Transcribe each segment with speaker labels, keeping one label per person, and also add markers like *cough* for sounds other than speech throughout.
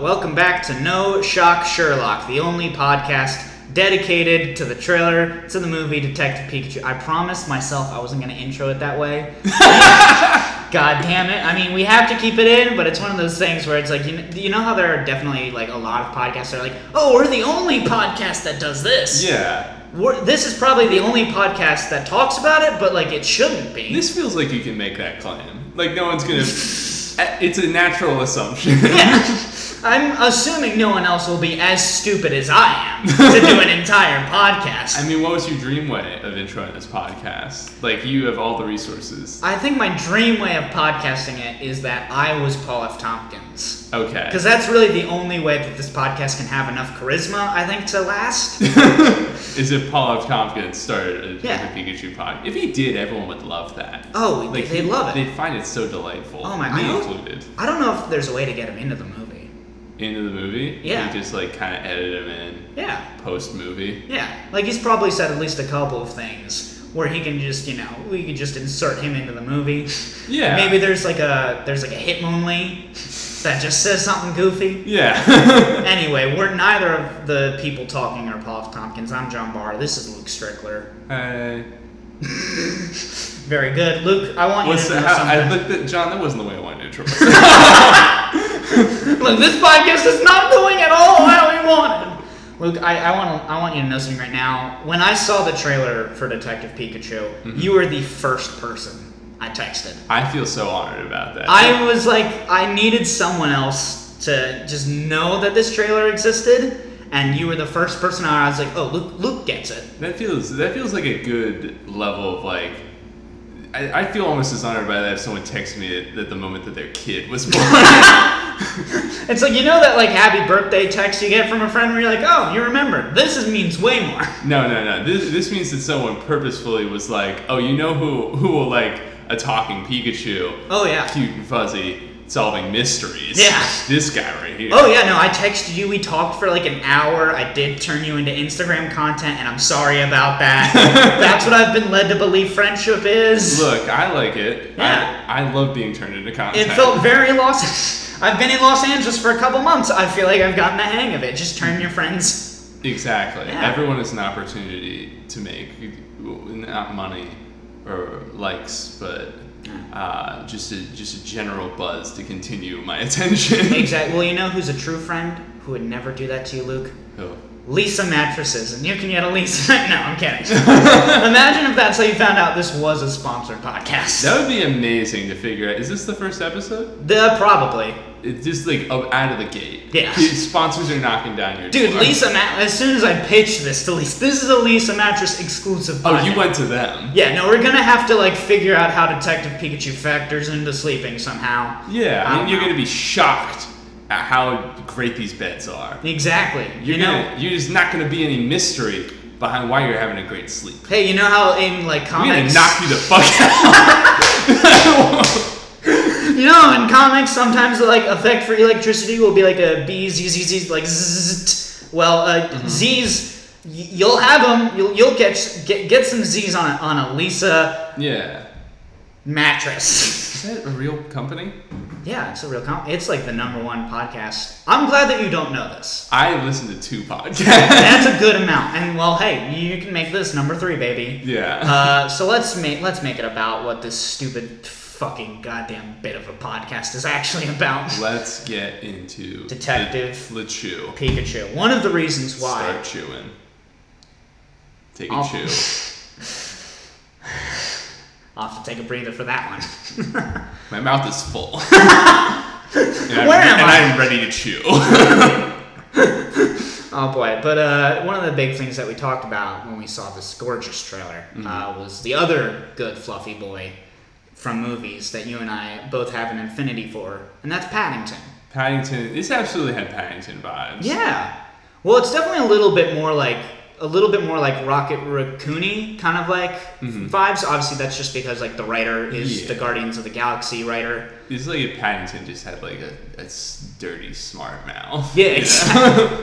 Speaker 1: welcome back to No Shock Sherlock, the only podcast dedicated to the trailer to the movie Detective Pikachu. I promised myself I wasn't going to intro it that
Speaker 2: *laughs*
Speaker 1: way. God damn it! I mean, we have to keep it in, but it's one of those things where it's like you know, you know how there are definitely like a lot of podcasts that are like, oh, we're the only podcast that does this.
Speaker 2: Yeah.
Speaker 1: We're, this is probably the only podcast that talks about it, but like it shouldn't be.
Speaker 2: This feels like you can make that claim. Like no one's gonna.
Speaker 1: *laughs*
Speaker 2: eh, it's a natural assumption.
Speaker 1: I'm assuming no one else will be as stupid as I am to do
Speaker 2: *laughs*
Speaker 1: an entire podcast.
Speaker 2: *laughs* I mean, what was your dream way of introing this podcast? Like you have all the resources.
Speaker 1: I think my dream way of podcasting it is that I was Paul F. Tompkins.
Speaker 2: Okay.
Speaker 1: *laughs* Because that's really the only way that this podcast can have enough charisma, I think, to last.
Speaker 2: *laughs* Is if Paul F. Tompkins started a,
Speaker 1: Yeah.
Speaker 2: the Pikachu podcast? If he did, everyone would love that.
Speaker 1: Oh,
Speaker 2: Like
Speaker 1: they love it.
Speaker 2: They'd find it so delightful.
Speaker 1: Oh my- I
Speaker 2: Me
Speaker 1: hope-
Speaker 2: included.
Speaker 1: I don't know if there's a way to get him into the movie.
Speaker 2: Into the movie.
Speaker 1: Yeah.
Speaker 2: You just like kind of edit him in
Speaker 1: Yeah,
Speaker 2: post movie.
Speaker 1: yeah. Like, he's probably said at least a couple of things where he can just, you know, we could just insert him into the movie.
Speaker 2: Yeah.
Speaker 1: Maybe there's like a there's like a Hitmonlee that just says something goofy. *laughs*
Speaker 2: Yeah. *laughs*
Speaker 1: Anyway, we're neither of the people talking are Paul F. Tompkins. I'm John Barr. This is Luke Strickler.
Speaker 2: Hi.
Speaker 1: Very good, Luke. I want
Speaker 2: What's
Speaker 1: you to
Speaker 2: that?
Speaker 1: know
Speaker 2: How, I
Speaker 1: something.
Speaker 2: looked at John. That wasn't the way I wanted to intro. myself.
Speaker 1: *laughs* Look, this podcast is not doing at all what we wanted. Luke, I, I want I want you to know something right now. When I saw the trailer for Detective Pikachu,
Speaker 2: Mm-hmm.
Speaker 1: you were the first person I texted.
Speaker 2: I feel so honored about that.
Speaker 1: I was like, I needed someone else to just know that this trailer existed, and you were the first person. I was like, oh, Luke, Luke gets it.
Speaker 2: that feels that feels like a good level of like. I, I feel almost as honored by that if someone texts me at, at the moment that their kid
Speaker 1: *laughs*
Speaker 2: was born.
Speaker 1: It's like you know that like happy birthday text you get from a friend where you're like, oh, you remember. This is, means way more. *laughs*
Speaker 2: no, no, no. This, this means that someone purposefully was like, oh, you know who who will like a talking Pikachu,
Speaker 1: Oh yeah.
Speaker 2: cute and fuzzy, solving mysteries.
Speaker 1: Yeah.
Speaker 2: This guy right here.
Speaker 1: Oh yeah, no, I texted you, we talked for like an hour, I did turn you into Instagram content, and I'm sorry about that. That's what I've been led to believe friendship is.
Speaker 2: Look, I like it.
Speaker 1: Yeah.
Speaker 2: I, I love being turned into content.
Speaker 1: It felt very Los *laughs* I've been in Los Angeles for a couple months. I feel like I've gotten the hang of it. Just turn your friends.
Speaker 2: Exactly.
Speaker 1: Yeah.
Speaker 2: Everyone has an opportunity to make not money or likes, but uh, just a just a general buzz to continue my *laughs* attention.
Speaker 1: Exactly. Well, you know who's a true friend who would never do that to you, Luke?
Speaker 2: Oh.
Speaker 1: Lisa mattresses, and you can get a Lisa. *laughs* no, I'm kidding. Imagine if that's how you found out this was a sponsored podcast.
Speaker 2: That would be amazing to figure out. Is this the first episode?
Speaker 1: The probably.
Speaker 2: It's just like up, out of the gate.
Speaker 1: Yeah.
Speaker 2: The *laughs* Sponsors are knocking down your
Speaker 1: Dude,
Speaker 2: door.
Speaker 1: Lisa Mat. As soon as I pitched this to Lisa, this is a Lisa mattress exclusive.
Speaker 2: Oh, you
Speaker 1: podcast.
Speaker 2: went to them.
Speaker 1: Yeah, no, we're gonna have to like figure out how Detective Pikachu factors into sleeping somehow. Um,
Speaker 2: Yeah.
Speaker 1: I
Speaker 2: I
Speaker 1: don't
Speaker 2: mean, you're
Speaker 1: know.
Speaker 2: gonna be shocked at how great these beds are.
Speaker 1: Exactly.
Speaker 2: You're
Speaker 1: you know.
Speaker 2: gonna, you're just not gonna be any mystery behind why you're having a great sleep.
Speaker 1: Hey, you know how in like
Speaker 2: I'm gonna
Speaker 1: comics,
Speaker 2: knock you the fuck out.
Speaker 1: *laughs* you know, how in comics sometimes the like effect for electricity will be like a B Z Z Z like zzz. Well, uh,
Speaker 2: Mm-hmm.
Speaker 1: Z's, y- you'll have them. You'll you'll get get get some Z's on a, on a Lisa
Speaker 2: *laughs* yeah.
Speaker 1: mattress. *laughs*
Speaker 2: Is that a real company?
Speaker 1: yeah, it's a real com. It's like the number one podcast. I'm glad that you don't know this.
Speaker 2: I listened to two podcasts.
Speaker 1: That's a good amount. And well, hey, you can make this number three, baby.
Speaker 2: *laughs* yeah.
Speaker 1: Uh, so let's make let's make it about what this stupid fucking goddamn bit of a podcast is actually about.
Speaker 2: Let's get into
Speaker 1: Detective.
Speaker 2: The, the chew.
Speaker 1: Pikachu. One of the reasons why.
Speaker 2: Start chewing. Take a
Speaker 1: I'll-
Speaker 2: chew.
Speaker 1: I'll have to take a breather for that one.
Speaker 2: My mouth is
Speaker 1: *laughs*
Speaker 2: full. and I'm,
Speaker 1: Where am
Speaker 2: and
Speaker 1: I?
Speaker 2: I'm ready to chew. *laughs*
Speaker 1: oh boy. But uh, one of the big things that we talked about when we saw this gorgeous trailer
Speaker 2: Mm-hmm.
Speaker 1: uh, was the other good fluffy boy from movies that you and I both have an infinity for, and that's Paddington.
Speaker 2: Paddington. This absolutely had Paddington vibes.
Speaker 1: Yeah. Well, it's definitely a little bit more like a little bit more like Rocket Raccoony kind of like vibes. Obviously, that's just because like the writer is
Speaker 2: Mm-hmm. Yeah.
Speaker 1: the Guardians of the Galaxy writer.
Speaker 2: It's like if Paddington just had like a, a s- dirty, smart mouth.
Speaker 1: Yeah,
Speaker 2: *laughs* You know?
Speaker 1: exactly.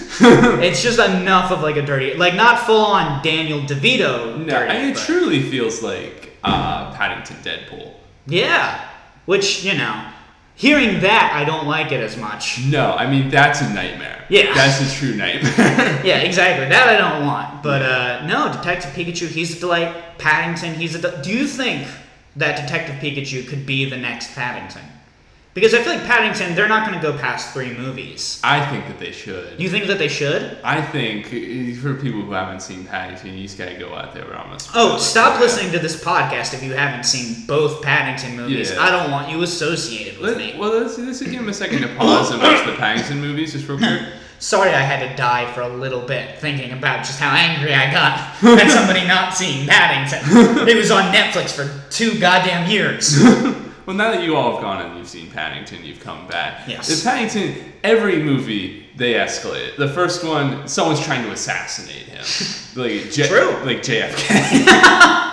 Speaker 1: *laughs* it's just enough of like a dirty, like not full on Daniel DeVito.
Speaker 2: No,
Speaker 1: dirty,
Speaker 2: I mean, it
Speaker 1: but-
Speaker 2: truly feels like uh, Paddington Deadpool.
Speaker 1: Yeah, which you know, Hearing that, I don't like it as much.
Speaker 2: No, I mean that's a nightmare.
Speaker 1: Yeah.
Speaker 2: that's a true nightmare. *laughs*
Speaker 1: Yeah, exactly. That I don't want. But uh, no, Detective Pikachu, he's a delight. Paddington, he's a. del- Do you think that Detective Pikachu could be the next Paddington? Because I feel like Paddington, they're not going to go past three movies.
Speaker 2: I think that they should.
Speaker 1: Do you think that they should?
Speaker 2: I think uh, for people who haven't seen Paddington, you just gotta go out there with almost.
Speaker 1: Oh, stop listening to this podcast if you haven't seen both Paddington movies.
Speaker 2: Yeah.
Speaker 1: I don't want you associated with
Speaker 2: Let,
Speaker 1: me.
Speaker 2: well, let's, let's give him a second to pause and watch the Paddington movies just real quick.
Speaker 1: Sorry, I had to die for a little bit thinking about just how angry I
Speaker 2: *laughs*
Speaker 1: got at somebody not seeing Paddington. it was on Netflix for two goddamn
Speaker 2: *laughs*
Speaker 1: years.
Speaker 2: Well, now that you all have gone and you've seen Paddington, you've come back.
Speaker 1: Yes.
Speaker 2: In Paddington, every movie they escalate. The first one, someone's trying to
Speaker 1: *laughs*
Speaker 2: assassinate him, like J-
Speaker 1: True.
Speaker 2: like JFK. *laughs*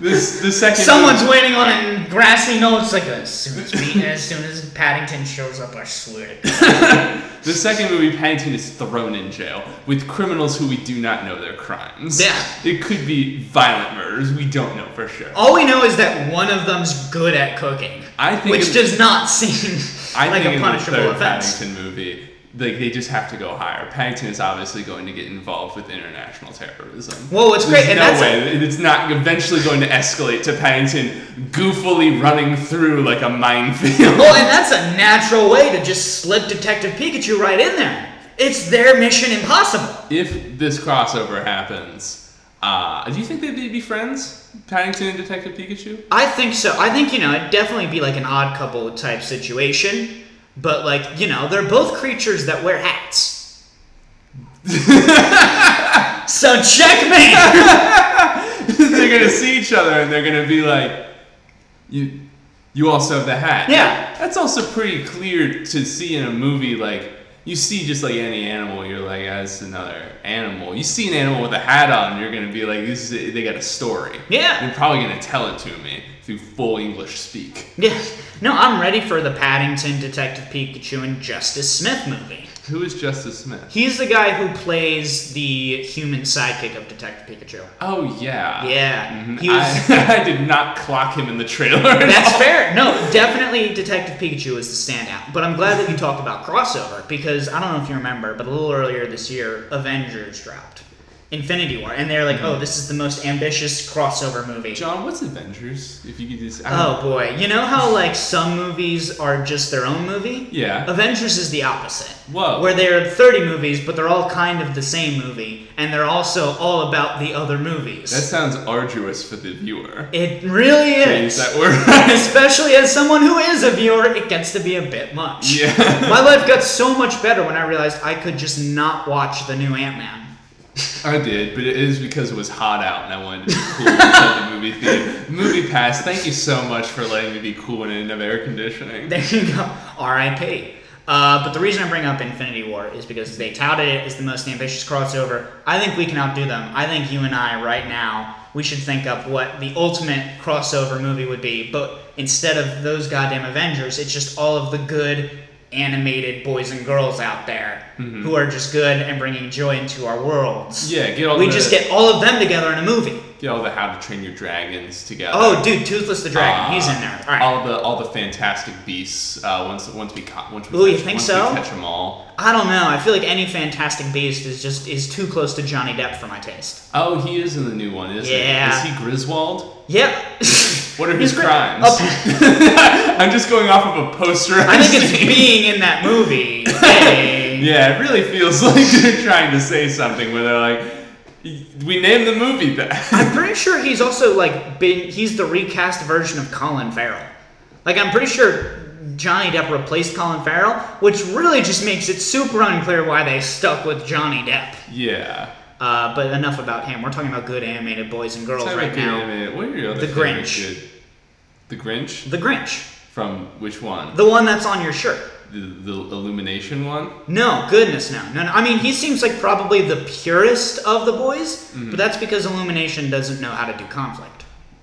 Speaker 2: this the second.
Speaker 1: Someone's
Speaker 2: movie-
Speaker 1: waiting on a grassy knoll. It's like as soon as we, as soon as Paddington shows up, I swear. to God."
Speaker 2: the second movie, Paddington is thrown in jail with criminals who we do not know their crimes.
Speaker 1: Yeah.
Speaker 2: It could be violent murders. We don't know for sure.
Speaker 1: All we know is that one of them's good at cooking,
Speaker 2: I think
Speaker 1: which
Speaker 2: in-
Speaker 1: does not seem
Speaker 2: I
Speaker 1: like
Speaker 2: think
Speaker 1: a punishable
Speaker 2: in the third
Speaker 1: offense.
Speaker 2: Paddington movie, like they just have to go higher. Paddington is obviously going to get involved with international terrorism.
Speaker 1: Whoa, it's great,
Speaker 2: There's
Speaker 1: and
Speaker 2: no
Speaker 1: that's-
Speaker 2: way it's not eventually going to escalate to Paddington goofily running through like a minefield.
Speaker 1: Well, and that's a natural way to just slip Detective Pikachu right in there. It's their Mission Impossible.
Speaker 2: if this crossover happens, uh, do you think that they'd be friends, Paddington and Detective Pikachu?
Speaker 1: I think so. I think you know it'd definitely be like an odd couple type situation, but like you know they're both creatures that wear hats. so check me.
Speaker 2: *laughs* they're gonna see each other and they're gonna be like, "You, you also have the hat."
Speaker 1: Yeah.
Speaker 2: that's also pretty clear to see in a movie. Like, you see just like any animal, you're like, ah, "That's another animal." You see an animal with a hat on, you're gonna be like, "This is they got a story."
Speaker 1: Yeah.
Speaker 2: you're probably gonna tell it to me through full English speak.
Speaker 1: Yeah. No, I'm ready for the Paddington, Detective Pikachu, and Justice Smith movie.
Speaker 2: Who is Justice Smith?
Speaker 1: He's the guy who plays the human sidekick of Detective Pikachu.
Speaker 2: Oh yeah,
Speaker 1: Yeah.
Speaker 2: Mhm.
Speaker 1: He was.
Speaker 2: I, *laughs* I did not clock him in the trailer. at
Speaker 1: That's
Speaker 2: all.
Speaker 1: fair. No, definitely Detective Pikachu is the standout. But I'm glad that you talked about crossover because I don't know if you remember, but a little earlier this year, Avengers dropped Infinity War, and they're like, "Oh, this is the most ambitious crossover movie."
Speaker 2: John, what's Avengers? If you could just, I don't-
Speaker 1: Oh boy, you know how like some movies are just their own movie?
Speaker 2: yeah.
Speaker 1: Avengers is the opposite.
Speaker 2: Whoa.
Speaker 1: Where there are 30 movies, but they're all kind of the same movie, and they're also all about the other movies.
Speaker 2: That sounds arduous for the viewer.
Speaker 1: it really
Speaker 2: Can I *laughs* use
Speaker 1: is.
Speaker 2: that word?
Speaker 1: Especially as someone who is a viewer, it gets to be a bit much.
Speaker 2: yeah.
Speaker 1: My life got so much better when I realized I could just not watch the new Ant Man.
Speaker 2: *laughs* I did, but it is because it was hot out and I wanted to be cool inside the movie theater. Movie Pass, thank you so much for letting me be cool when I didn't have air conditioning.
Speaker 1: There you go. R.I.P. Uh, but the reason I bring up Infinity War is because they touted it as the most ambitious crossover. I think we can outdo them. I think you and I, right now, we should think up what the ultimate crossover movie would be. But instead of those goddamn Avengers, it's just all of the good animated boys and girls out there who are just good and bringing joy into our worlds.
Speaker 2: Yeah, get all
Speaker 1: we
Speaker 2: the,
Speaker 1: just get all of them together in a movie.
Speaker 2: get all the How to Train Your Dragons together.
Speaker 1: Oh, dude, Toothless the Dragon,
Speaker 2: Uh,
Speaker 1: he's in there. All right.
Speaker 2: All the all the Fantastic Beasts. Uh, once once we ca- once we
Speaker 1: Ooh, you
Speaker 2: catch,
Speaker 1: think
Speaker 2: once
Speaker 1: so?
Speaker 2: we catch them all.
Speaker 1: I don't know. I feel like any Fantastic Beast is just is too close to Johnny Depp for my taste.
Speaker 2: Oh, he is in the new one, isn't
Speaker 1: Yeah.
Speaker 2: he? Is he Griswold?
Speaker 1: Yep.
Speaker 2: What are
Speaker 1: He's
Speaker 2: his
Speaker 1: great.
Speaker 2: crimes?
Speaker 1: Oh,
Speaker 2: *laughs* I'm just going off of a
Speaker 1: *laughs*
Speaker 2: poster.
Speaker 1: I
Speaker 2: I've
Speaker 1: think
Speaker 2: *laughs*
Speaker 1: it's
Speaker 2: seen.
Speaker 1: being in that movie. Hey.
Speaker 2: Yeah, it really feels *laughs* like they're trying to say something where they're like, we named the movie that. *laughs*
Speaker 1: I'm pretty sure he's also like been he's the recast version of Colin Farrell. Like I'm pretty sure Johnny Depp replaced Colin Farrell, which really just makes it super unclear why they stuck with Johnny Depp.
Speaker 2: yeah.
Speaker 1: Uh, but enough about him. We're talking about good animated boys and girls
Speaker 2: Sorry
Speaker 1: right
Speaker 2: about the
Speaker 1: now.
Speaker 2: anime. What are your other
Speaker 1: The
Speaker 2: favorite
Speaker 1: Grinch.
Speaker 2: good- The Grinch?
Speaker 1: The Grinch.
Speaker 2: From which one?
Speaker 1: The one that's on your shirt.
Speaker 2: The, the Illumination one?
Speaker 1: No, goodness, no. No, no. I mean, he seems like probably the purest of the boys,
Speaker 2: Mm-hmm.
Speaker 1: but that's because Illumination doesn't know how to do conflict.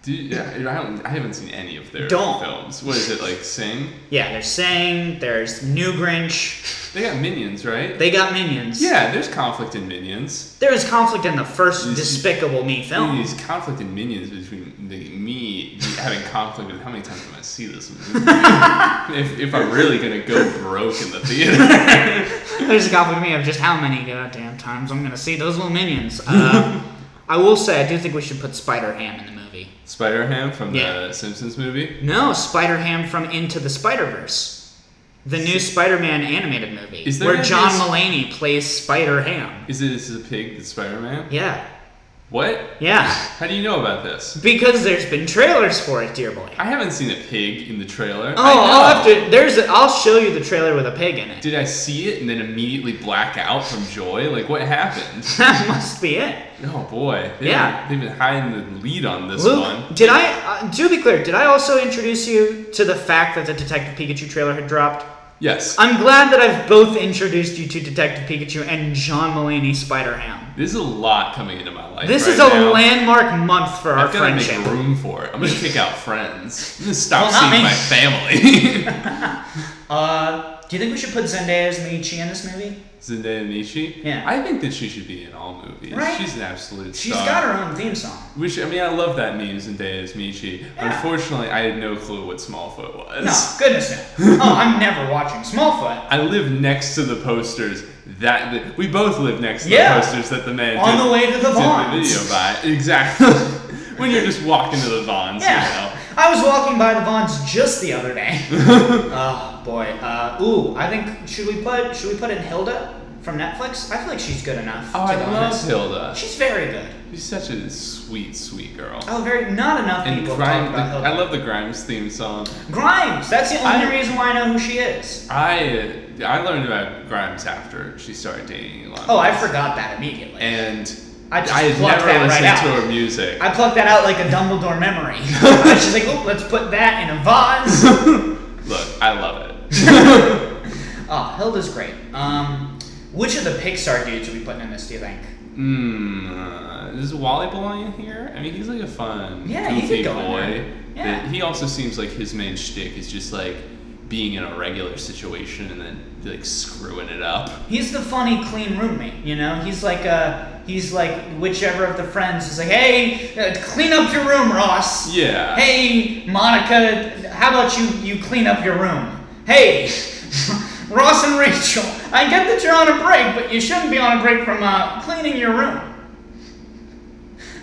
Speaker 2: Do you- yeah, I, don't, I haven't seen any of their
Speaker 1: Don't.
Speaker 2: films. What is it, like Sing?
Speaker 1: Yeah, there's Sang, there's New Grinch,
Speaker 2: They got Minions, right?
Speaker 1: they got minions.
Speaker 2: yeah, there's conflict in Minions.
Speaker 1: There was conflict in the first
Speaker 2: This-
Speaker 1: Despicable Me film.
Speaker 2: There's conflict in Minions between the, me be having conflict with how many times am I see this movie? *laughs* if, if I'm really gonna go broke in the theater.
Speaker 1: There's a copy of me of just how many goddamn times I'm gonna see those little minions.
Speaker 2: *laughs*
Speaker 1: Uh, I will say I do think we should put Spider Ham in the movie.
Speaker 2: Spider Ham from
Speaker 1: Yeah.
Speaker 2: the Simpsons movie.
Speaker 1: No, Spider Ham from Into the Spider Verse, the new Spider Man animated movie,
Speaker 2: Is there
Speaker 1: where
Speaker 2: any-
Speaker 1: John Mulaney plays Spider Ham.
Speaker 2: Is it is it a pig that's Spider Man?
Speaker 1: Yeah,
Speaker 2: What?
Speaker 1: yeah.
Speaker 2: How do you know about this?
Speaker 1: Because there's been trailers for it, dear boy.
Speaker 2: I haven't seen a pig in the trailer.
Speaker 1: Oh,
Speaker 2: I know.
Speaker 1: I'll have to. There's. A, I'll show you the trailer with a pig in it.
Speaker 2: Did I see it and then immediately black out from joy? Like
Speaker 1: *laughs*
Speaker 2: what happened?
Speaker 1: That must be it.
Speaker 2: Oh boy. They've
Speaker 1: Yeah.
Speaker 2: Been, they've been hiding the lead on this
Speaker 1: Luke,
Speaker 2: one.
Speaker 1: did I? Uh, to be clear, did I also introduce you to the fact that the Detective Pikachu trailer had dropped?
Speaker 2: Yes.
Speaker 1: I'm glad that I've both introduced you to Detective Pikachu and John Mulaney Spider Ham.
Speaker 2: This is a lot coming into my life.
Speaker 1: This
Speaker 2: right
Speaker 1: is a
Speaker 2: now.
Speaker 1: landmark month for our
Speaker 2: I've got to
Speaker 1: friendship.
Speaker 2: make room for it. I'm gonna kick out friends. I'm gonna stop
Speaker 1: Well, not
Speaker 2: seeing
Speaker 1: me.
Speaker 2: my
Speaker 1: *laughs*
Speaker 2: family.
Speaker 1: Uh, do you think we should put Zendaya as Miichi in this movie?
Speaker 2: Zendaya Nishi.
Speaker 1: Yeah.
Speaker 2: I think that she should be in all movies.
Speaker 1: Right?
Speaker 2: She's an absolute
Speaker 1: She's
Speaker 2: star.
Speaker 1: got her own theme song.
Speaker 2: Which I mean, I love that meme Zendaya is Michi.
Speaker 1: Yeah.
Speaker 2: Unfortunately, I had no clue what Smallfoot was.
Speaker 1: No, goodness
Speaker 2: *laughs*
Speaker 1: no. Oh, I'm never watching Smallfoot.
Speaker 2: I live next to the posters that the, we both live next to
Speaker 1: Yeah.
Speaker 2: the posters that the man
Speaker 1: On
Speaker 2: did,
Speaker 1: the way to the
Speaker 2: did
Speaker 1: Vons.
Speaker 2: video by.
Speaker 1: *laughs*
Speaker 2: Exactly. when you're just walking to the Vons,
Speaker 1: Yeah. I was walking by the Vons just the other
Speaker 2: *laughs*
Speaker 1: day. oh boy. Uh, ooh, I think should we put should we put in Hilda from Netflix? I feel like she's good enough.
Speaker 2: Oh,
Speaker 1: to
Speaker 2: I
Speaker 1: be
Speaker 2: love
Speaker 1: honest.
Speaker 2: Hilda.
Speaker 1: She's very good.
Speaker 2: She's such a sweet, sweet girl.
Speaker 1: Oh, very not enough
Speaker 2: and
Speaker 1: people
Speaker 2: Grimes,
Speaker 1: talk about Hilda.
Speaker 2: I love the Grimes theme song.
Speaker 1: Grimes. That's the only
Speaker 2: I-
Speaker 1: reason why I know who she is.
Speaker 2: I I learned about Grimes after she started dating Elon.
Speaker 1: Oh, I
Speaker 2: Musk.
Speaker 1: forgot that immediately.
Speaker 2: And
Speaker 1: I just
Speaker 2: had
Speaker 1: plucked
Speaker 2: never
Speaker 1: that right
Speaker 2: listened
Speaker 1: out.
Speaker 2: to her music.
Speaker 1: I plucked that out like a Dumbledore
Speaker 2: *laughs*
Speaker 1: memory. She's like, oh, let's put that in a vase.
Speaker 2: Look, I
Speaker 1: *laughs*
Speaker 2: love it.
Speaker 1: oh, Hilda's great. Um, which of the Pixar dudes are we putting in this? Do you think?
Speaker 2: Hmm. Does Wally belong in here? I mean, he's like a fun,
Speaker 1: Yeah, he
Speaker 2: goofy
Speaker 1: could go in
Speaker 2: boy.
Speaker 1: there. Yeah.
Speaker 2: that- He also seems like his main shtick is just like being in a regular situation and then like screwing it up.
Speaker 1: He's the funny, clean roommate. You know, he's like uh he's like whichever of the friends is like, hey, uh, clean up your room, Ross.
Speaker 2: Yeah.
Speaker 1: Hey, Monica, how about you you clean up your room? Hey, *laughs* Ross and Rachel, I get that you're on a break, but you shouldn't be on a break from uh, cleaning your room.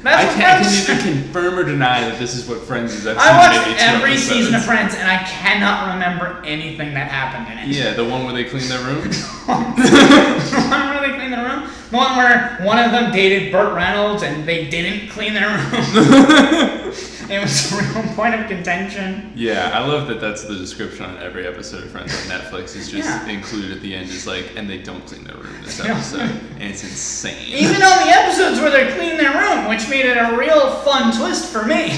Speaker 1: That's
Speaker 2: I
Speaker 1: what
Speaker 2: can't I
Speaker 1: friends-
Speaker 2: *laughs* can either confirm or deny that this is what Friends is. I've seen
Speaker 1: I watched
Speaker 2: maybe two
Speaker 1: every
Speaker 2: episodes.
Speaker 1: season of Friends, and I cannot remember anything that happened in it.
Speaker 2: Yeah, the one where they clean their room.
Speaker 1: the one where they clean their room. The one where one of them dated Burt Reynolds and they didn't clean their room.
Speaker 2: *laughs*
Speaker 1: *laughs* it was a real point of contention.
Speaker 2: yeah, I love that. That's the description on every episode of Friends on Netflix. Is just
Speaker 1: Yeah.
Speaker 2: included at the end is like, and they don't clean their room this
Speaker 1: *laughs* Yeah.
Speaker 2: episode, and it's insane.
Speaker 1: Even on the episodes where they clean their room, which made it a real fun twist for me.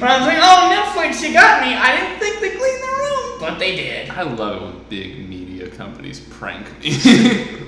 Speaker 1: Where I was like, oh, Netflix, you got me. I didn't think they cleaned their room, but they did.
Speaker 2: I love it when big media companies prank me.
Speaker 1: *laughs*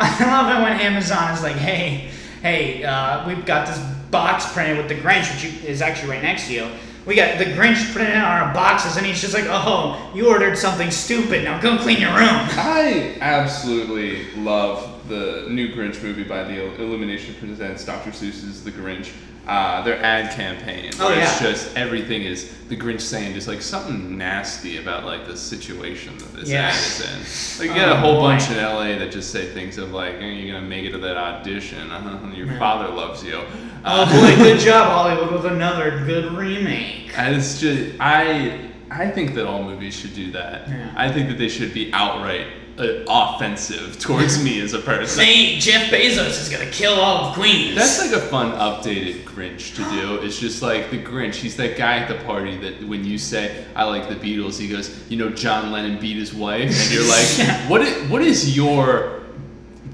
Speaker 1: I love it when Amazon is like, hey, hey, uh, we've got this box printed with the Grinch, which you, is actually right next to you. We got the Grinch printed on our boxes, and he's just like, oh, you ordered something stupid. Now go clean your room.
Speaker 2: I absolutely love the new Grinch movie by the Il- Illumination Presents Dr. Seuss's The Grinch. Uh, their ad campaign.
Speaker 1: Oh,
Speaker 2: where It's
Speaker 1: yeah.
Speaker 2: just everything is the Grinch saying just like something nasty about like the situation that this
Speaker 1: Yeah.
Speaker 2: ad is in. Like you got
Speaker 1: Oh,
Speaker 2: a whole
Speaker 1: boy.
Speaker 2: bunch in LA that just say things of like, "Eh, you're gonna make it to that audition. *laughs* Uh-huh, your father loves you.
Speaker 1: Oh
Speaker 2: *laughs* Uh,
Speaker 1: boy, good job, Hollywood, with another good remake.
Speaker 2: And it's just I I think that all movies should do that.
Speaker 1: Yeah.
Speaker 2: I think that they should be outright uh, offensive *laughs* towards me as a person.
Speaker 1: Say, Jeff Bezos is gonna kill all of Queens.
Speaker 2: That's like a fun updated Grinch to do. It's just like the Grinch. He's that guy at the party that when you say I like the Beatles, he goes, you know, John Lennon beat his wife, and you're like,
Speaker 1: *laughs* Yeah.
Speaker 2: what? i- what is your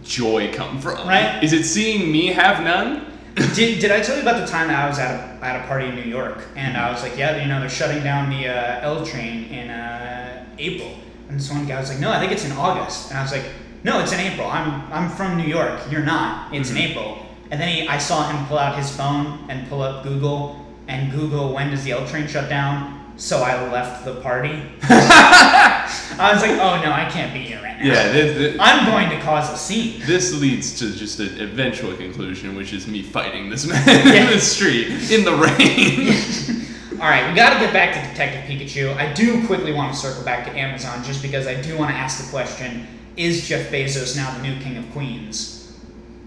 Speaker 2: joy come from?
Speaker 1: Right.
Speaker 2: Is it seeing me have none?
Speaker 1: did, did I tell you about the time that I was at a, at a party in New York and I was like, yeah, you know, they're shutting down the uh, L train in uh, April. And this one guy was like, no, I think it's in August. And I was like, no, it's in April. I'm, I'm from New York. You're not. It's in April. And then he, I saw him pull out his phone and pull up Google and Google when does the L train shut down? so I left the party. *laughs* I was like, oh no, I can't be here right now.
Speaker 2: Yeah, th- th-
Speaker 1: I'm going to cause a scene.
Speaker 2: this leads to just an eventual conclusion, which is me fighting this man
Speaker 1: *laughs* Yeah.
Speaker 2: in the street in the rain. *laughs*
Speaker 1: *laughs* All right, we got to get back to Detective Pikachu. I do quickly want to circle back to Amazon just because I do want to ask the question: Is Jeff Bezos now the new king of Queens?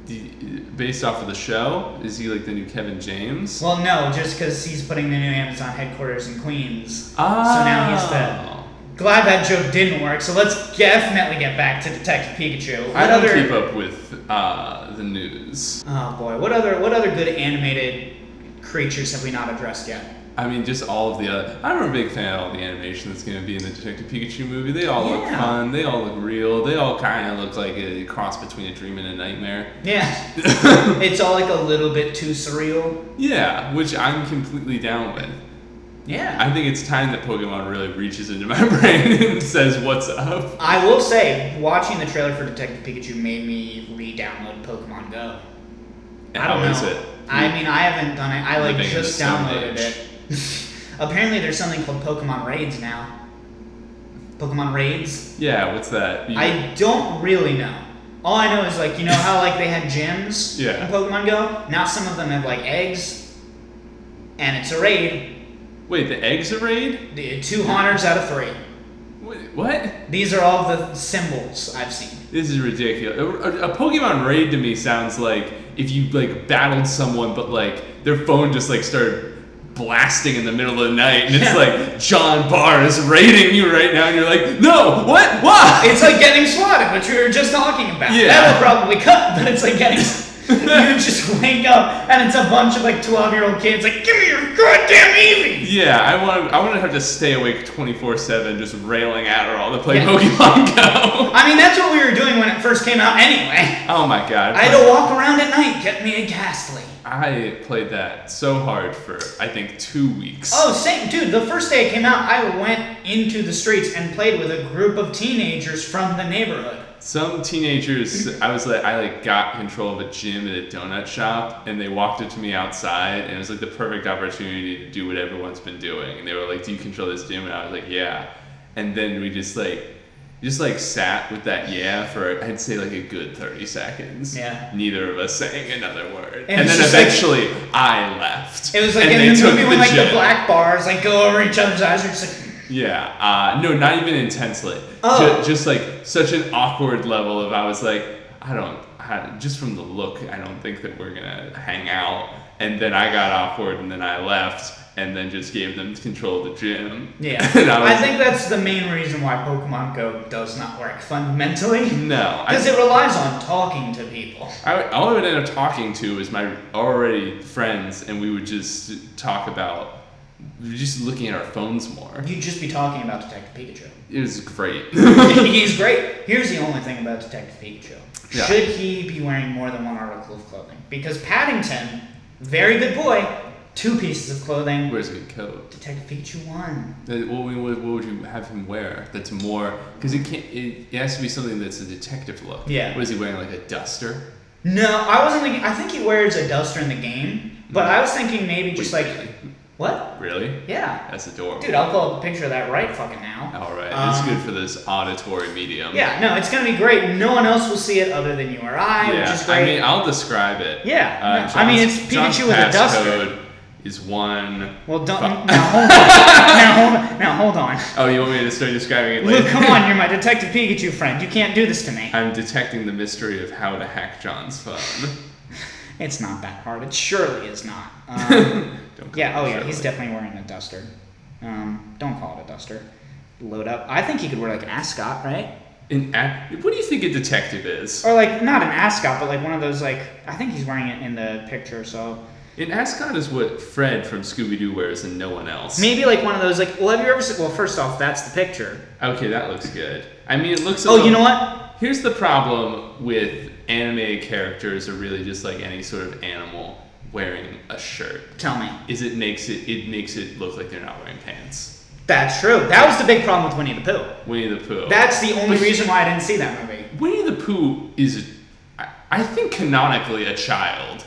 Speaker 2: The- Based off of the show, is he like the new Kevin James?
Speaker 1: Well, no, just because he's putting the new Amazon headquarters in Queens.
Speaker 2: Ah.
Speaker 1: So now he's the. Glad that joke didn't work. So let's definitely get back to Detective Pikachu.
Speaker 2: I
Speaker 1: What
Speaker 2: don't
Speaker 1: other?
Speaker 2: keep up with uh, the news.
Speaker 1: Oh boy, what other what other good animated creatures have we not addressed yet?
Speaker 2: I mean, just all of the other. I'm a big fan of all the animation that's going to be in the Detective Pikachu movie. They all look
Speaker 1: Yeah.
Speaker 2: fun. They all look real. They all kind of look like a cross between a dream and a nightmare. *laughs*
Speaker 1: Yeah, it's all like a little bit too surreal.
Speaker 2: yeah, which I'm completely down with.
Speaker 1: Yeah.
Speaker 2: I think it's time that Pokemon really reaches into my *laughs* brain and says, "What's up?"
Speaker 1: I will say, watching the trailer for Detective Pikachu made me re-download Pokemon Go.
Speaker 2: And
Speaker 1: I don't
Speaker 2: how
Speaker 1: know.
Speaker 2: is it?
Speaker 1: I mean, I haven't done it. I like
Speaker 2: Living in the
Speaker 1: just
Speaker 2: Stone
Speaker 1: downloaded
Speaker 2: Age.
Speaker 1: it. *laughs* Apparently, there's something called Pokemon Raids now. Pokemon Raids.
Speaker 2: yeah, what's that? You-
Speaker 1: I don't really know. All I know is like you know how like they had gyms
Speaker 2: *laughs* Yeah.
Speaker 1: in Pokemon Go. Now some of them have like eggs, and it's a raid.
Speaker 2: Wait, the eggs are raid?
Speaker 1: The- Two hunters out of three.
Speaker 2: Wait, what?
Speaker 1: These are all the symbols I've seen.
Speaker 2: This is ridiculous. A, a- a Pokemon raid to me sounds like if you like battled someone, but like their phone just like started blasting in the middle of the night, and it's
Speaker 1: Yeah.
Speaker 2: like John Barr is raiding you right now, and you're like, "No, what? Why?"
Speaker 1: It's like getting swatted, which we were just talking about.
Speaker 2: Yeah.
Speaker 1: That'll probably cut, but it's like
Speaker 2: *laughs*
Speaker 1: getting. you just wake up and it's a bunch of like 12 year old kids like, give me your goddamn Eevee!
Speaker 2: Yeah, I want to. I want to have to stay awake twenty four seven, just railing Adderall to play
Speaker 1: Yeah.
Speaker 2: Pokemon *laughs* Go.
Speaker 1: I mean, that's what we were doing when it first came out anyway.
Speaker 2: Oh my god!
Speaker 1: I had to walk around at night, get me a ghastly.
Speaker 2: I played that so hard for I think two weeks.
Speaker 1: Oh, same, dude, the first day it came out, I went into the streets and played with a group of teenagers from the neighborhood.
Speaker 2: Some teenagers, I was like, I like got control of a gym at a donut shop, and they walked up to me outside, and it was like the perfect opportunity to do what everyone's been doing. And they were like, "Do you control this gym?" And I was like, "Yeah." And then we just like, just like sat with that yeah for I'd say like a good thirty seconds.
Speaker 1: Yeah.
Speaker 2: Neither of us saying another word,
Speaker 1: And
Speaker 2: and,
Speaker 1: it's
Speaker 2: then
Speaker 1: just like-
Speaker 2: eventually I left.
Speaker 1: It was like
Speaker 2: and
Speaker 1: in
Speaker 2: they
Speaker 1: the
Speaker 2: took
Speaker 1: movie when like the
Speaker 2: gym.
Speaker 1: black bars like go over each other's eyes and just like,
Speaker 2: Yeah. Uh, no, not even intensely.
Speaker 1: Oh.
Speaker 2: Ju- just like such an awkward level of I was like, I don't, I, just from the look, I don't think that we're going to hang out. And then I got awkward and then I left and then just gave them control of the gym. *laughs*
Speaker 1: Yeah.
Speaker 2: and I was
Speaker 1: I, think that's the main reason why Pokemon Go does not work fundamentally.
Speaker 2: no. Mm, I,
Speaker 1: Because it relies on talking to people.
Speaker 2: I would- all I would end up talking to is my already friends and we would just talk about we were just looking at our phones more.
Speaker 1: You'd just be talking about Detective
Speaker 2: It was great. *laughs*
Speaker 1: Pikachu. He's great. Here's the only thing about Detective Pikachu.
Speaker 2: Yeah.
Speaker 1: Should he be wearing more than one article of clothing? Because Paddington, very good boy, two pieces of clothing.
Speaker 2: Where's a good coat?
Speaker 1: Detective Pikachu one.
Speaker 2: Uh, What, would- what, what would you have him wear? That's more because it can't. It, it has to be something that's a detective look.
Speaker 1: Yeah.
Speaker 2: What is he wearing? Like a duster?
Speaker 1: No, I wasn't thinking. I think he wears a duster in the game, but I was thinking maybe just like,
Speaker 2: Wait,
Speaker 1: what?
Speaker 2: Really?
Speaker 1: Yeah.
Speaker 2: That's adorable.
Speaker 1: Dude, I'll pull up a picture of that right fucking now.
Speaker 2: All right,
Speaker 1: Um,
Speaker 2: it's good for this auditory medium.
Speaker 1: Yeah, no, it's gonna be great. No one else will see it other than you or I,
Speaker 2: Yeah.
Speaker 1: which is great.
Speaker 2: I mean, I'll describe it.
Speaker 1: Yeah, no,
Speaker 2: John's-
Speaker 1: I mean, it's
Speaker 2: John's
Speaker 1: Pikachu with a duster.
Speaker 2: passcode Is one.
Speaker 1: well, don't now hold
Speaker 2: *laughs*
Speaker 1: on. now hold now hold on.
Speaker 2: Oh, you want me to start describing it later?
Speaker 1: Luke, come on, you're my Detective Pikachu friend. You can't do this to me.
Speaker 2: *laughs* I'm detecting the mystery of how to hack John's phone. *laughs*
Speaker 1: It's not that hard. It surely is not.
Speaker 2: *laughs*
Speaker 1: Um,
Speaker 2: Don't call
Speaker 1: yeah.
Speaker 2: it
Speaker 1: Oh yeah, he's
Speaker 2: Shirley.
Speaker 1: definitely wearing a duster. Um, don't call it a duster. Load up. I think he could wear like an ascot, right?
Speaker 2: An ac- what do you think a detective is?
Speaker 1: Or like not an ascot, but like one of those like I think he's wearing it in the picture. So
Speaker 2: An ascot is what Fred from Scooby Doo wears and no one else.
Speaker 1: maybe like one of those like. Well, have you ever? Seen, well, first off, that's the picture.
Speaker 2: Okay, that looks good. I mean, it looks. a
Speaker 1: Oh, you
Speaker 2: little-
Speaker 1: know what?
Speaker 2: Here's the problem with anime characters, or really just like any sort of animal wearing a shirt,
Speaker 1: Tell me.
Speaker 2: is it makes it it makes it look like they're not wearing pants.
Speaker 1: That's true. That was the big problem with Winnie the Pooh.
Speaker 2: Winnie the Pooh.
Speaker 1: That's the only reason why I didn't see that movie.
Speaker 2: Winnie the Pooh is, a- I I think canonically a child.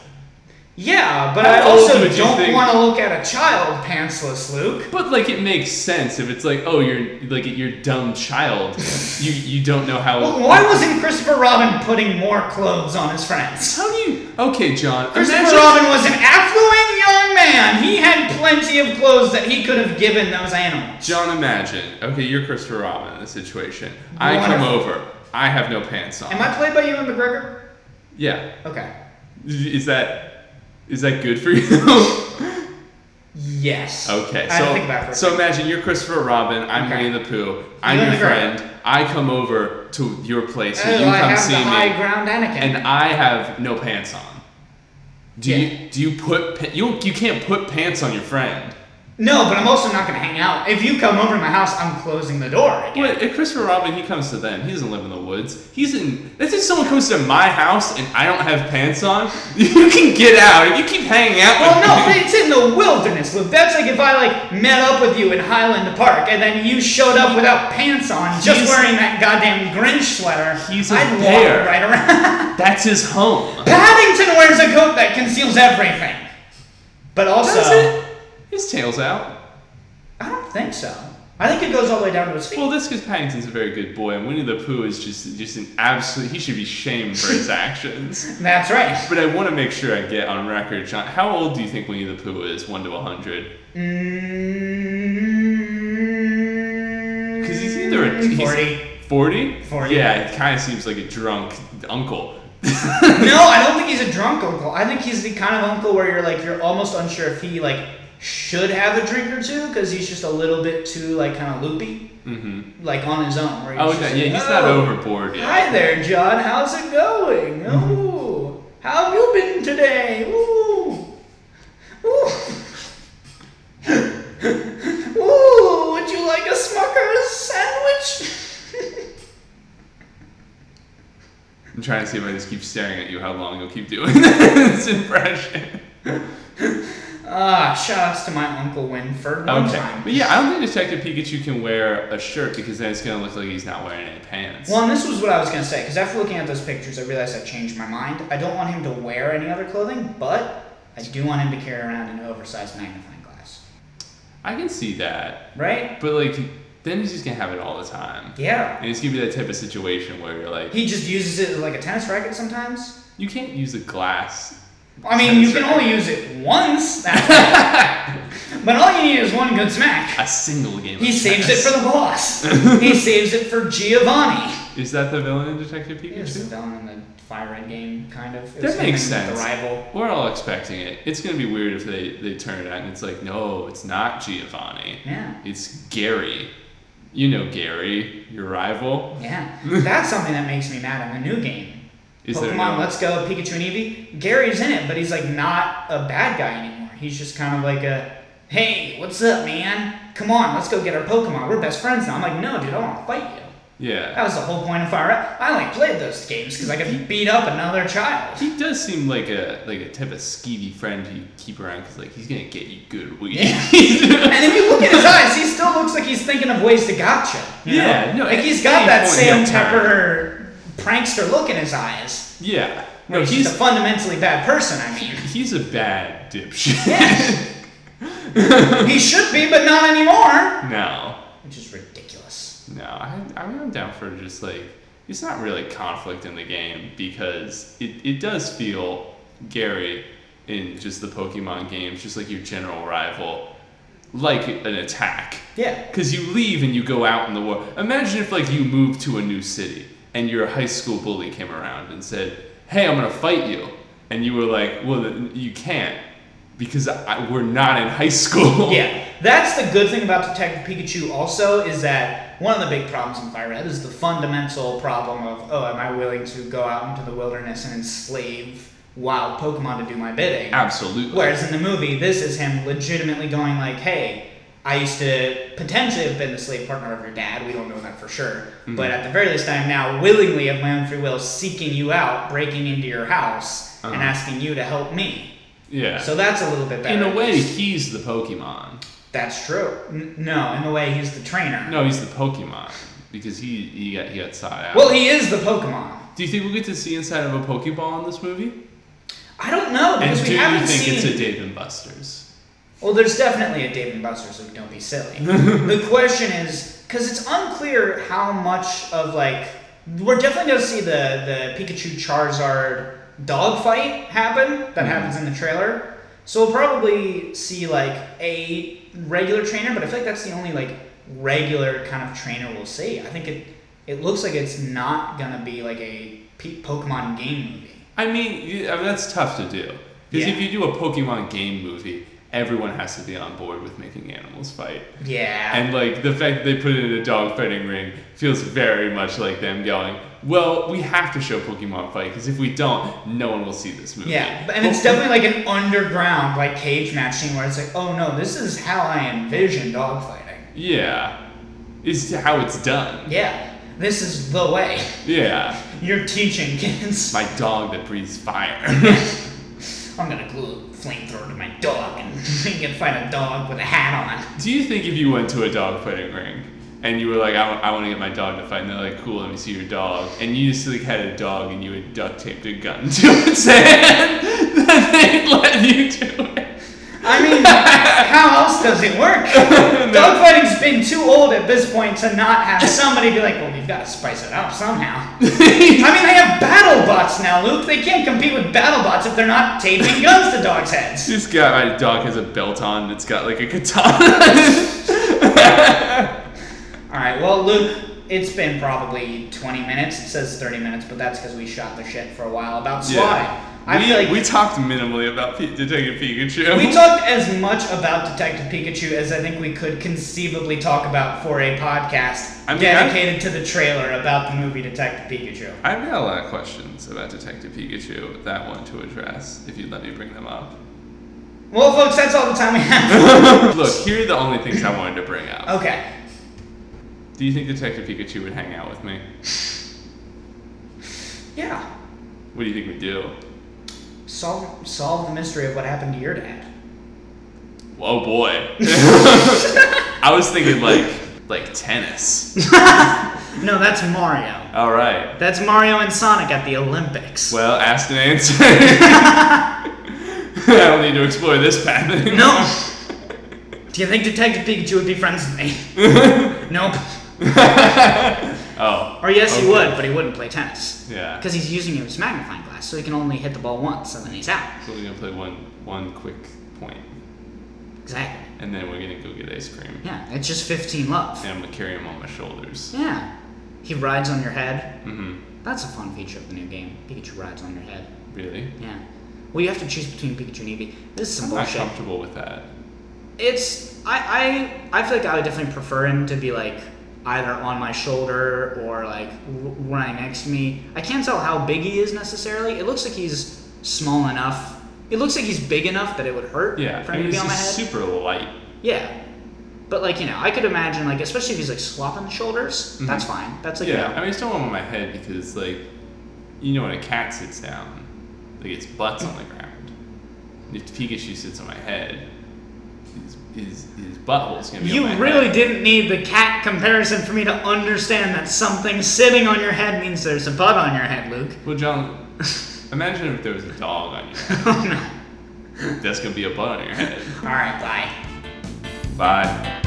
Speaker 1: Yeah, but
Speaker 2: How
Speaker 1: I
Speaker 2: old
Speaker 1: also
Speaker 2: would you
Speaker 1: don't
Speaker 2: think-
Speaker 1: want to look at a child pantsless, Luke.
Speaker 2: But like it makes sense if it's like, oh, you're like you're
Speaker 1: *laughs*
Speaker 2: dumb child. you you don't know how.
Speaker 1: Well, why wasn't Christopher Robin putting more clothes on his friends?
Speaker 2: How do you? Okay, John.
Speaker 1: Christopher
Speaker 2: imagine-
Speaker 1: Robin was an affluent young man. He had plenty of clothes that he could have given those animals.
Speaker 2: John, imagine. Okay, you're Christopher Robin in this situation. I come
Speaker 1: Wonderful.
Speaker 2: over. I have no pants on.
Speaker 1: Am I played by Ewan McGregor?
Speaker 2: Yeah.
Speaker 1: Okay.
Speaker 2: Is that is that good
Speaker 1: *laughs*
Speaker 2: for you?
Speaker 1: Yes.
Speaker 2: Okay,
Speaker 1: I had to think about it
Speaker 2: so
Speaker 1: for a
Speaker 2: so imagine you're Christopher Robin, I'm
Speaker 1: Okay.
Speaker 2: Winnie the Pooh, I'm
Speaker 1: You're
Speaker 2: your
Speaker 1: the girl.
Speaker 2: friend. I come over to your place, and
Speaker 1: second.
Speaker 2: you
Speaker 1: Oh, I
Speaker 2: come
Speaker 1: have
Speaker 2: see
Speaker 1: the high
Speaker 2: me,
Speaker 1: ground, Anakin.
Speaker 2: and I have no pants on. Do
Speaker 1: Yeah.
Speaker 2: you do you put pa- you you can't put pants on your friend?
Speaker 1: no, but I'm also not going to hang out. If you come over to my house, I'm closing the door. Again.
Speaker 2: But if Christopher Robin, he comes to them. He doesn't live in the woods. He's in. That's if someone comes to my house and I don't have pants on. *laughs* You can get out if you keep hanging out.
Speaker 1: Well,
Speaker 2: with
Speaker 1: Oh, no,
Speaker 2: me-
Speaker 1: but it's in the wilderness, Luke. That's like if I like met up with you in Highland Park, and then you showed up without pants on, just
Speaker 2: He's-
Speaker 1: wearing that goddamn Grinch sweater.
Speaker 2: He's a
Speaker 1: I'd walk
Speaker 2: bear.
Speaker 1: right around. *laughs*
Speaker 2: that's his home.
Speaker 1: Paddington wears a coat that conceals everything, but also
Speaker 2: That's it. His tail's out.
Speaker 1: I don't think so. I think it goes all the way down to his feet.
Speaker 2: Well, that's because Paddington's a very good boy, and Winnie the Pooh is just just an absolute. He should be shamed
Speaker 1: *laughs*
Speaker 2: for his actions.
Speaker 1: That's right.
Speaker 2: But I want to make sure I get on record, John. How old do you think Winnie the Pooh is, one to a hundred? Because he's either a he's-
Speaker 1: Mm, forty.
Speaker 2: 40?
Speaker 1: 40.
Speaker 2: Yeah, it kind of seems like a drunk uncle. *laughs*
Speaker 1: No, I don't think he's a drunk uncle. I think he's the kind of uncle where you're like you're almost unsure if he like should have a drink or two because he's just a little bit too like kind of loopy,
Speaker 2: hmm
Speaker 1: like on his own. Where
Speaker 2: Oh,
Speaker 1: just
Speaker 2: okay.
Speaker 1: like,
Speaker 2: yeah, he's not
Speaker 1: "Oh,
Speaker 2: overboard yet.
Speaker 1: Hi there, John. How's it going?
Speaker 2: Mm-hmm.
Speaker 1: Ooh, how have you been today? Ooh, ooh, *laughs* ooh. Would you like a Smucker's sandwich? *laughs*
Speaker 2: I'm trying to see if I just keep staring at you, how long you'll keep doing *laughs* this impression.
Speaker 1: Ah, shout outs to my uncle Winford. One
Speaker 2: Okay.
Speaker 1: time.
Speaker 2: Um, But yeah, I don't think Detective Pikachu can wear a shirt because then it's going to look like he's not wearing any pants.
Speaker 1: Well, and this was what I was gonna say because after looking at those pictures, I realized I changed my mind. I don't want him to wear any other clothing, but I do want him to carry around an oversized magnifying glass,
Speaker 2: I can see that.
Speaker 1: right?
Speaker 2: But like, then he's just gonna have it all the time,
Speaker 1: Yeah.
Speaker 2: and it's gonna be that type of situation where you're like,
Speaker 1: He just uses it like a tennis racket sometimes.
Speaker 2: you can't use a glass.
Speaker 1: I mean, you
Speaker 2: Tennis
Speaker 1: can
Speaker 2: racket.
Speaker 1: only use it once, *laughs* that's right. but all you need is one good smack.
Speaker 2: A single game.
Speaker 1: He
Speaker 2: of
Speaker 1: saves it
Speaker 2: chess.
Speaker 1: for the
Speaker 2: *laughs*
Speaker 1: boss. he saves it for Giovanni.
Speaker 2: Is that the villain in Detective Pikachu?
Speaker 1: It was the villain in the Fire Red game, kind of. It
Speaker 2: That
Speaker 1: was him
Speaker 2: makes
Speaker 1: and
Speaker 2: sense.
Speaker 1: The rival.
Speaker 2: We're all expecting it. It's gonna be weird if they they turn it out and it's like, no, it's not Giovanni.
Speaker 1: Yeah.
Speaker 2: It's Gary. You know Gary, your rival. *laughs*
Speaker 1: Yeah, that's something that makes me mad in the new game.
Speaker 2: Is there
Speaker 1: Pokemon
Speaker 2: no-
Speaker 1: Let's Go, Pikachu and Eevee. Gary's in it, but he's like not a bad guy anymore. He's just kind of like a, hey, what's up, man? Come on, let's go get our Pokemon. We're best friends now. I'm like, no, dude, I want to fight you. That
Speaker 2: Yeah.
Speaker 1: was the whole point of Fire Red. I only played those games because I could beat up another
Speaker 2: *laughs*
Speaker 1: child.
Speaker 2: He does seem like a like a type of skeevy friend you keep around because like he's gonna get you good weed.
Speaker 1: *laughs* And if you look at his eyes, he still looks like he's thinking of ways to gotcha. you know?
Speaker 2: Yeah, no,
Speaker 1: like
Speaker 2: at
Speaker 1: he's got
Speaker 2: any
Speaker 1: that
Speaker 2: point
Speaker 1: Sam
Speaker 2: in time.
Speaker 1: Pepper prankster look in his eyes.
Speaker 2: yeah.
Speaker 1: No,
Speaker 2: No,
Speaker 1: he's,
Speaker 2: he's
Speaker 1: a fundamentally bad person. I mean. *laughs*
Speaker 2: He's a bad dipshit. *laughs*
Speaker 1: he should be, but not anymore.
Speaker 2: no,
Speaker 1: Which is ridiculous.
Speaker 2: no, I, I'm down for just like it's not really conflict in the game because it, it does feel Gary in just the Pokemon games, just like your general rival, like an attack.
Speaker 1: Yeah.
Speaker 2: Because you leave and you go out in the world. Imagine if like you moved to a new city and your high school bully came around and said, "Hey, I'm gonna fight you," and you were like, "Well, then you can't." Because I, we're not in high *laughs* school.
Speaker 1: Yeah. That's the good thing about Detective Pikachu also is that one of the big problems in Fire Red is the fundamental problem of, oh, am I willing to go out into the wilderness and enslave wild Pokemon to do my bidding?
Speaker 2: Absolutely.
Speaker 1: Whereas in the movie, this is him legitimately going like, "Hey, I used to potentially have been the slave partner of your dad. We don't know that for sure,
Speaker 2: Mm-hmm.
Speaker 1: but at the very least, I am now willingly, of my own free will, seeking you out, breaking into your house, and
Speaker 2: Uh-huh.
Speaker 1: asking you to help me."
Speaker 2: Yeah.
Speaker 1: So that's a little bit better.
Speaker 2: in a way, he's the Pokemon.
Speaker 1: that's true. N- no, in a way, he's the trainer.
Speaker 2: No, he's the Pokemon because he he got he got sought out.
Speaker 1: Well, he is the Pokemon.
Speaker 2: do you think we'll get to see inside of a Pokeball in this movie?
Speaker 1: I don't know
Speaker 2: And
Speaker 1: because
Speaker 2: do
Speaker 1: we
Speaker 2: you
Speaker 1: haven't
Speaker 2: think
Speaker 1: seen.
Speaker 2: it's a Dave and Buster's?
Speaker 1: Well, there's definitely a Dave and Buster's, so don't be silly. the question is, because it's unclear how much of like we're definitely going to see the the Pikachu Charizard dog fight happen that happens in the trailer. So we'll probably see like a regular trainer, but I feel like that's the only like regular kind of trainer we'll see. I think it it looks like it's not gonna be like a P- Pokemon game movie.
Speaker 2: I mean, you- I mean that's tough to do because
Speaker 1: Yeah.
Speaker 2: if you do a Pokemon game movie, everyone has to be on board with making animals fight.
Speaker 1: Yeah.
Speaker 2: And like the fact that they put it in a dog fighting ring feels very much like them going, well, we have to show Pokemon fight because if we don't, no one will see this movie.
Speaker 1: Yeah, but- and it's definitely like an underground like cage match scene where it's like, oh no, this is how I envision dogfighting.
Speaker 2: yeah, it's how it's done.
Speaker 1: Yeah, this is the way *laughs*
Speaker 2: Yeah,
Speaker 1: you're teaching kids.
Speaker 2: my dog that breathes fire.
Speaker 1: *laughs* I'm gonna glue a flamethrower to my dog, and *laughs* you can find a dog with a hat on.
Speaker 2: Do you think if you went to a dog fighting ring and you were like, I, want to get my dog to fight, and they're like, cool, let me see your dog, and you just like had a dog and you had duct taped a gun *laughs* to its hand, *laughs* then they'd let you do it.
Speaker 1: I mean, *laughs* how else does it work? Dogfighting's been too old at this point to not have somebody be like, well, we've got to spice it up somehow. I mean, they have battle bots now, Luke. They can't compete with battle bots if they're not taping guns to dogs' heads.
Speaker 2: This guy, my dog has a belt on and it's got like a katana.
Speaker 1: All right. Well, Luke, it's been probably 20 minutes. It says 30 minutes, but that's because we shot the shit for a while about swatting. *laughs* I
Speaker 2: we,
Speaker 1: feel like
Speaker 2: we talked minimally about P- Detective Pikachu.
Speaker 1: we talked as much about Detective Pikachu as I think we could conceivably talk about for a podcast
Speaker 2: I mean, I-
Speaker 1: dedicated to the trailer about the movie Detective Pikachu.
Speaker 2: I've got a lot of questions about Detective Pikachu that I want to address, if you'd let me bring
Speaker 1: *laughs*
Speaker 2: them up.
Speaker 1: Well, folks, that's all the time we have. *laughs*
Speaker 2: Look, here are the only things I wanted to bring up.
Speaker 1: okay.
Speaker 2: Do you think Detective Pikachu would hang out with me?
Speaker 1: Yeah.
Speaker 2: What do you think we do?
Speaker 1: Solve solve the mystery of what happened to your dad. *laughs*
Speaker 2: Oh boy. I was thinking like like tennis.
Speaker 1: No, that's Mario.
Speaker 2: All right.
Speaker 1: That's Mario and Sonic at the Olympics.
Speaker 2: Well, asked and *laughs* answered. I don't need to explore this path.
Speaker 1: No. Do you think Detective Pikachu would be friends with me?
Speaker 2: *laughs*
Speaker 1: nope.
Speaker 2: oh.
Speaker 1: Or yes,
Speaker 2: Okay.
Speaker 1: he would, but he wouldn't play tennis
Speaker 2: Yeah.
Speaker 1: because he's using his magnifying glass, so he can only hit the ball once and then he's out.
Speaker 2: So we're gonna play one one quick point,
Speaker 1: Exactly.
Speaker 2: and then we're gonna go get ice cream,
Speaker 1: Yeah, it's just 15 love.
Speaker 2: and I'm gonna carry him on my shoulders.
Speaker 1: Yeah. He rides on your head.
Speaker 2: Mm-hmm.
Speaker 1: That's a fun feature of the new game. Pikachu rides on your head.
Speaker 2: Really?
Speaker 1: Yeah. Well, you have to choose between Pikachu and Eevee. This is some
Speaker 2: I'm not
Speaker 1: bullshit.
Speaker 2: comfortable with that.
Speaker 1: It's I I I feel like I would definitely prefer him to be like either on my shoulder or like r- right next to me. I can't tell how big he is necessarily. It looks like he's small enough. It looks like he's big enough that it would hurt
Speaker 2: Yeah.
Speaker 1: for
Speaker 2: I
Speaker 1: him to
Speaker 2: mean,
Speaker 1: be
Speaker 2: it's
Speaker 1: on my head.
Speaker 2: just super light.
Speaker 1: yeah. But like, you know, I could imagine like especially if he's like slopping the shoulders, that's
Speaker 2: Mhm.
Speaker 1: fine. That's like you
Speaker 2: Yeah,
Speaker 1: know,
Speaker 2: I mean, I still want him on my head because, like, you know, when a cat sits down, like its butt's on the ground. And If Pikachu sits on my head, his his, his butthole's gonna be.
Speaker 1: you
Speaker 2: on my
Speaker 1: really
Speaker 2: head.
Speaker 1: didn't need the cat comparison for me to understand that something sitting on your head means there's a butt on your head, Luke. *laughs*
Speaker 2: Well, John, imagine if there was a dog on your head.
Speaker 1: *laughs* oh no.
Speaker 2: That's gonna be a butt on your head.
Speaker 1: All right, bye.
Speaker 2: Bye.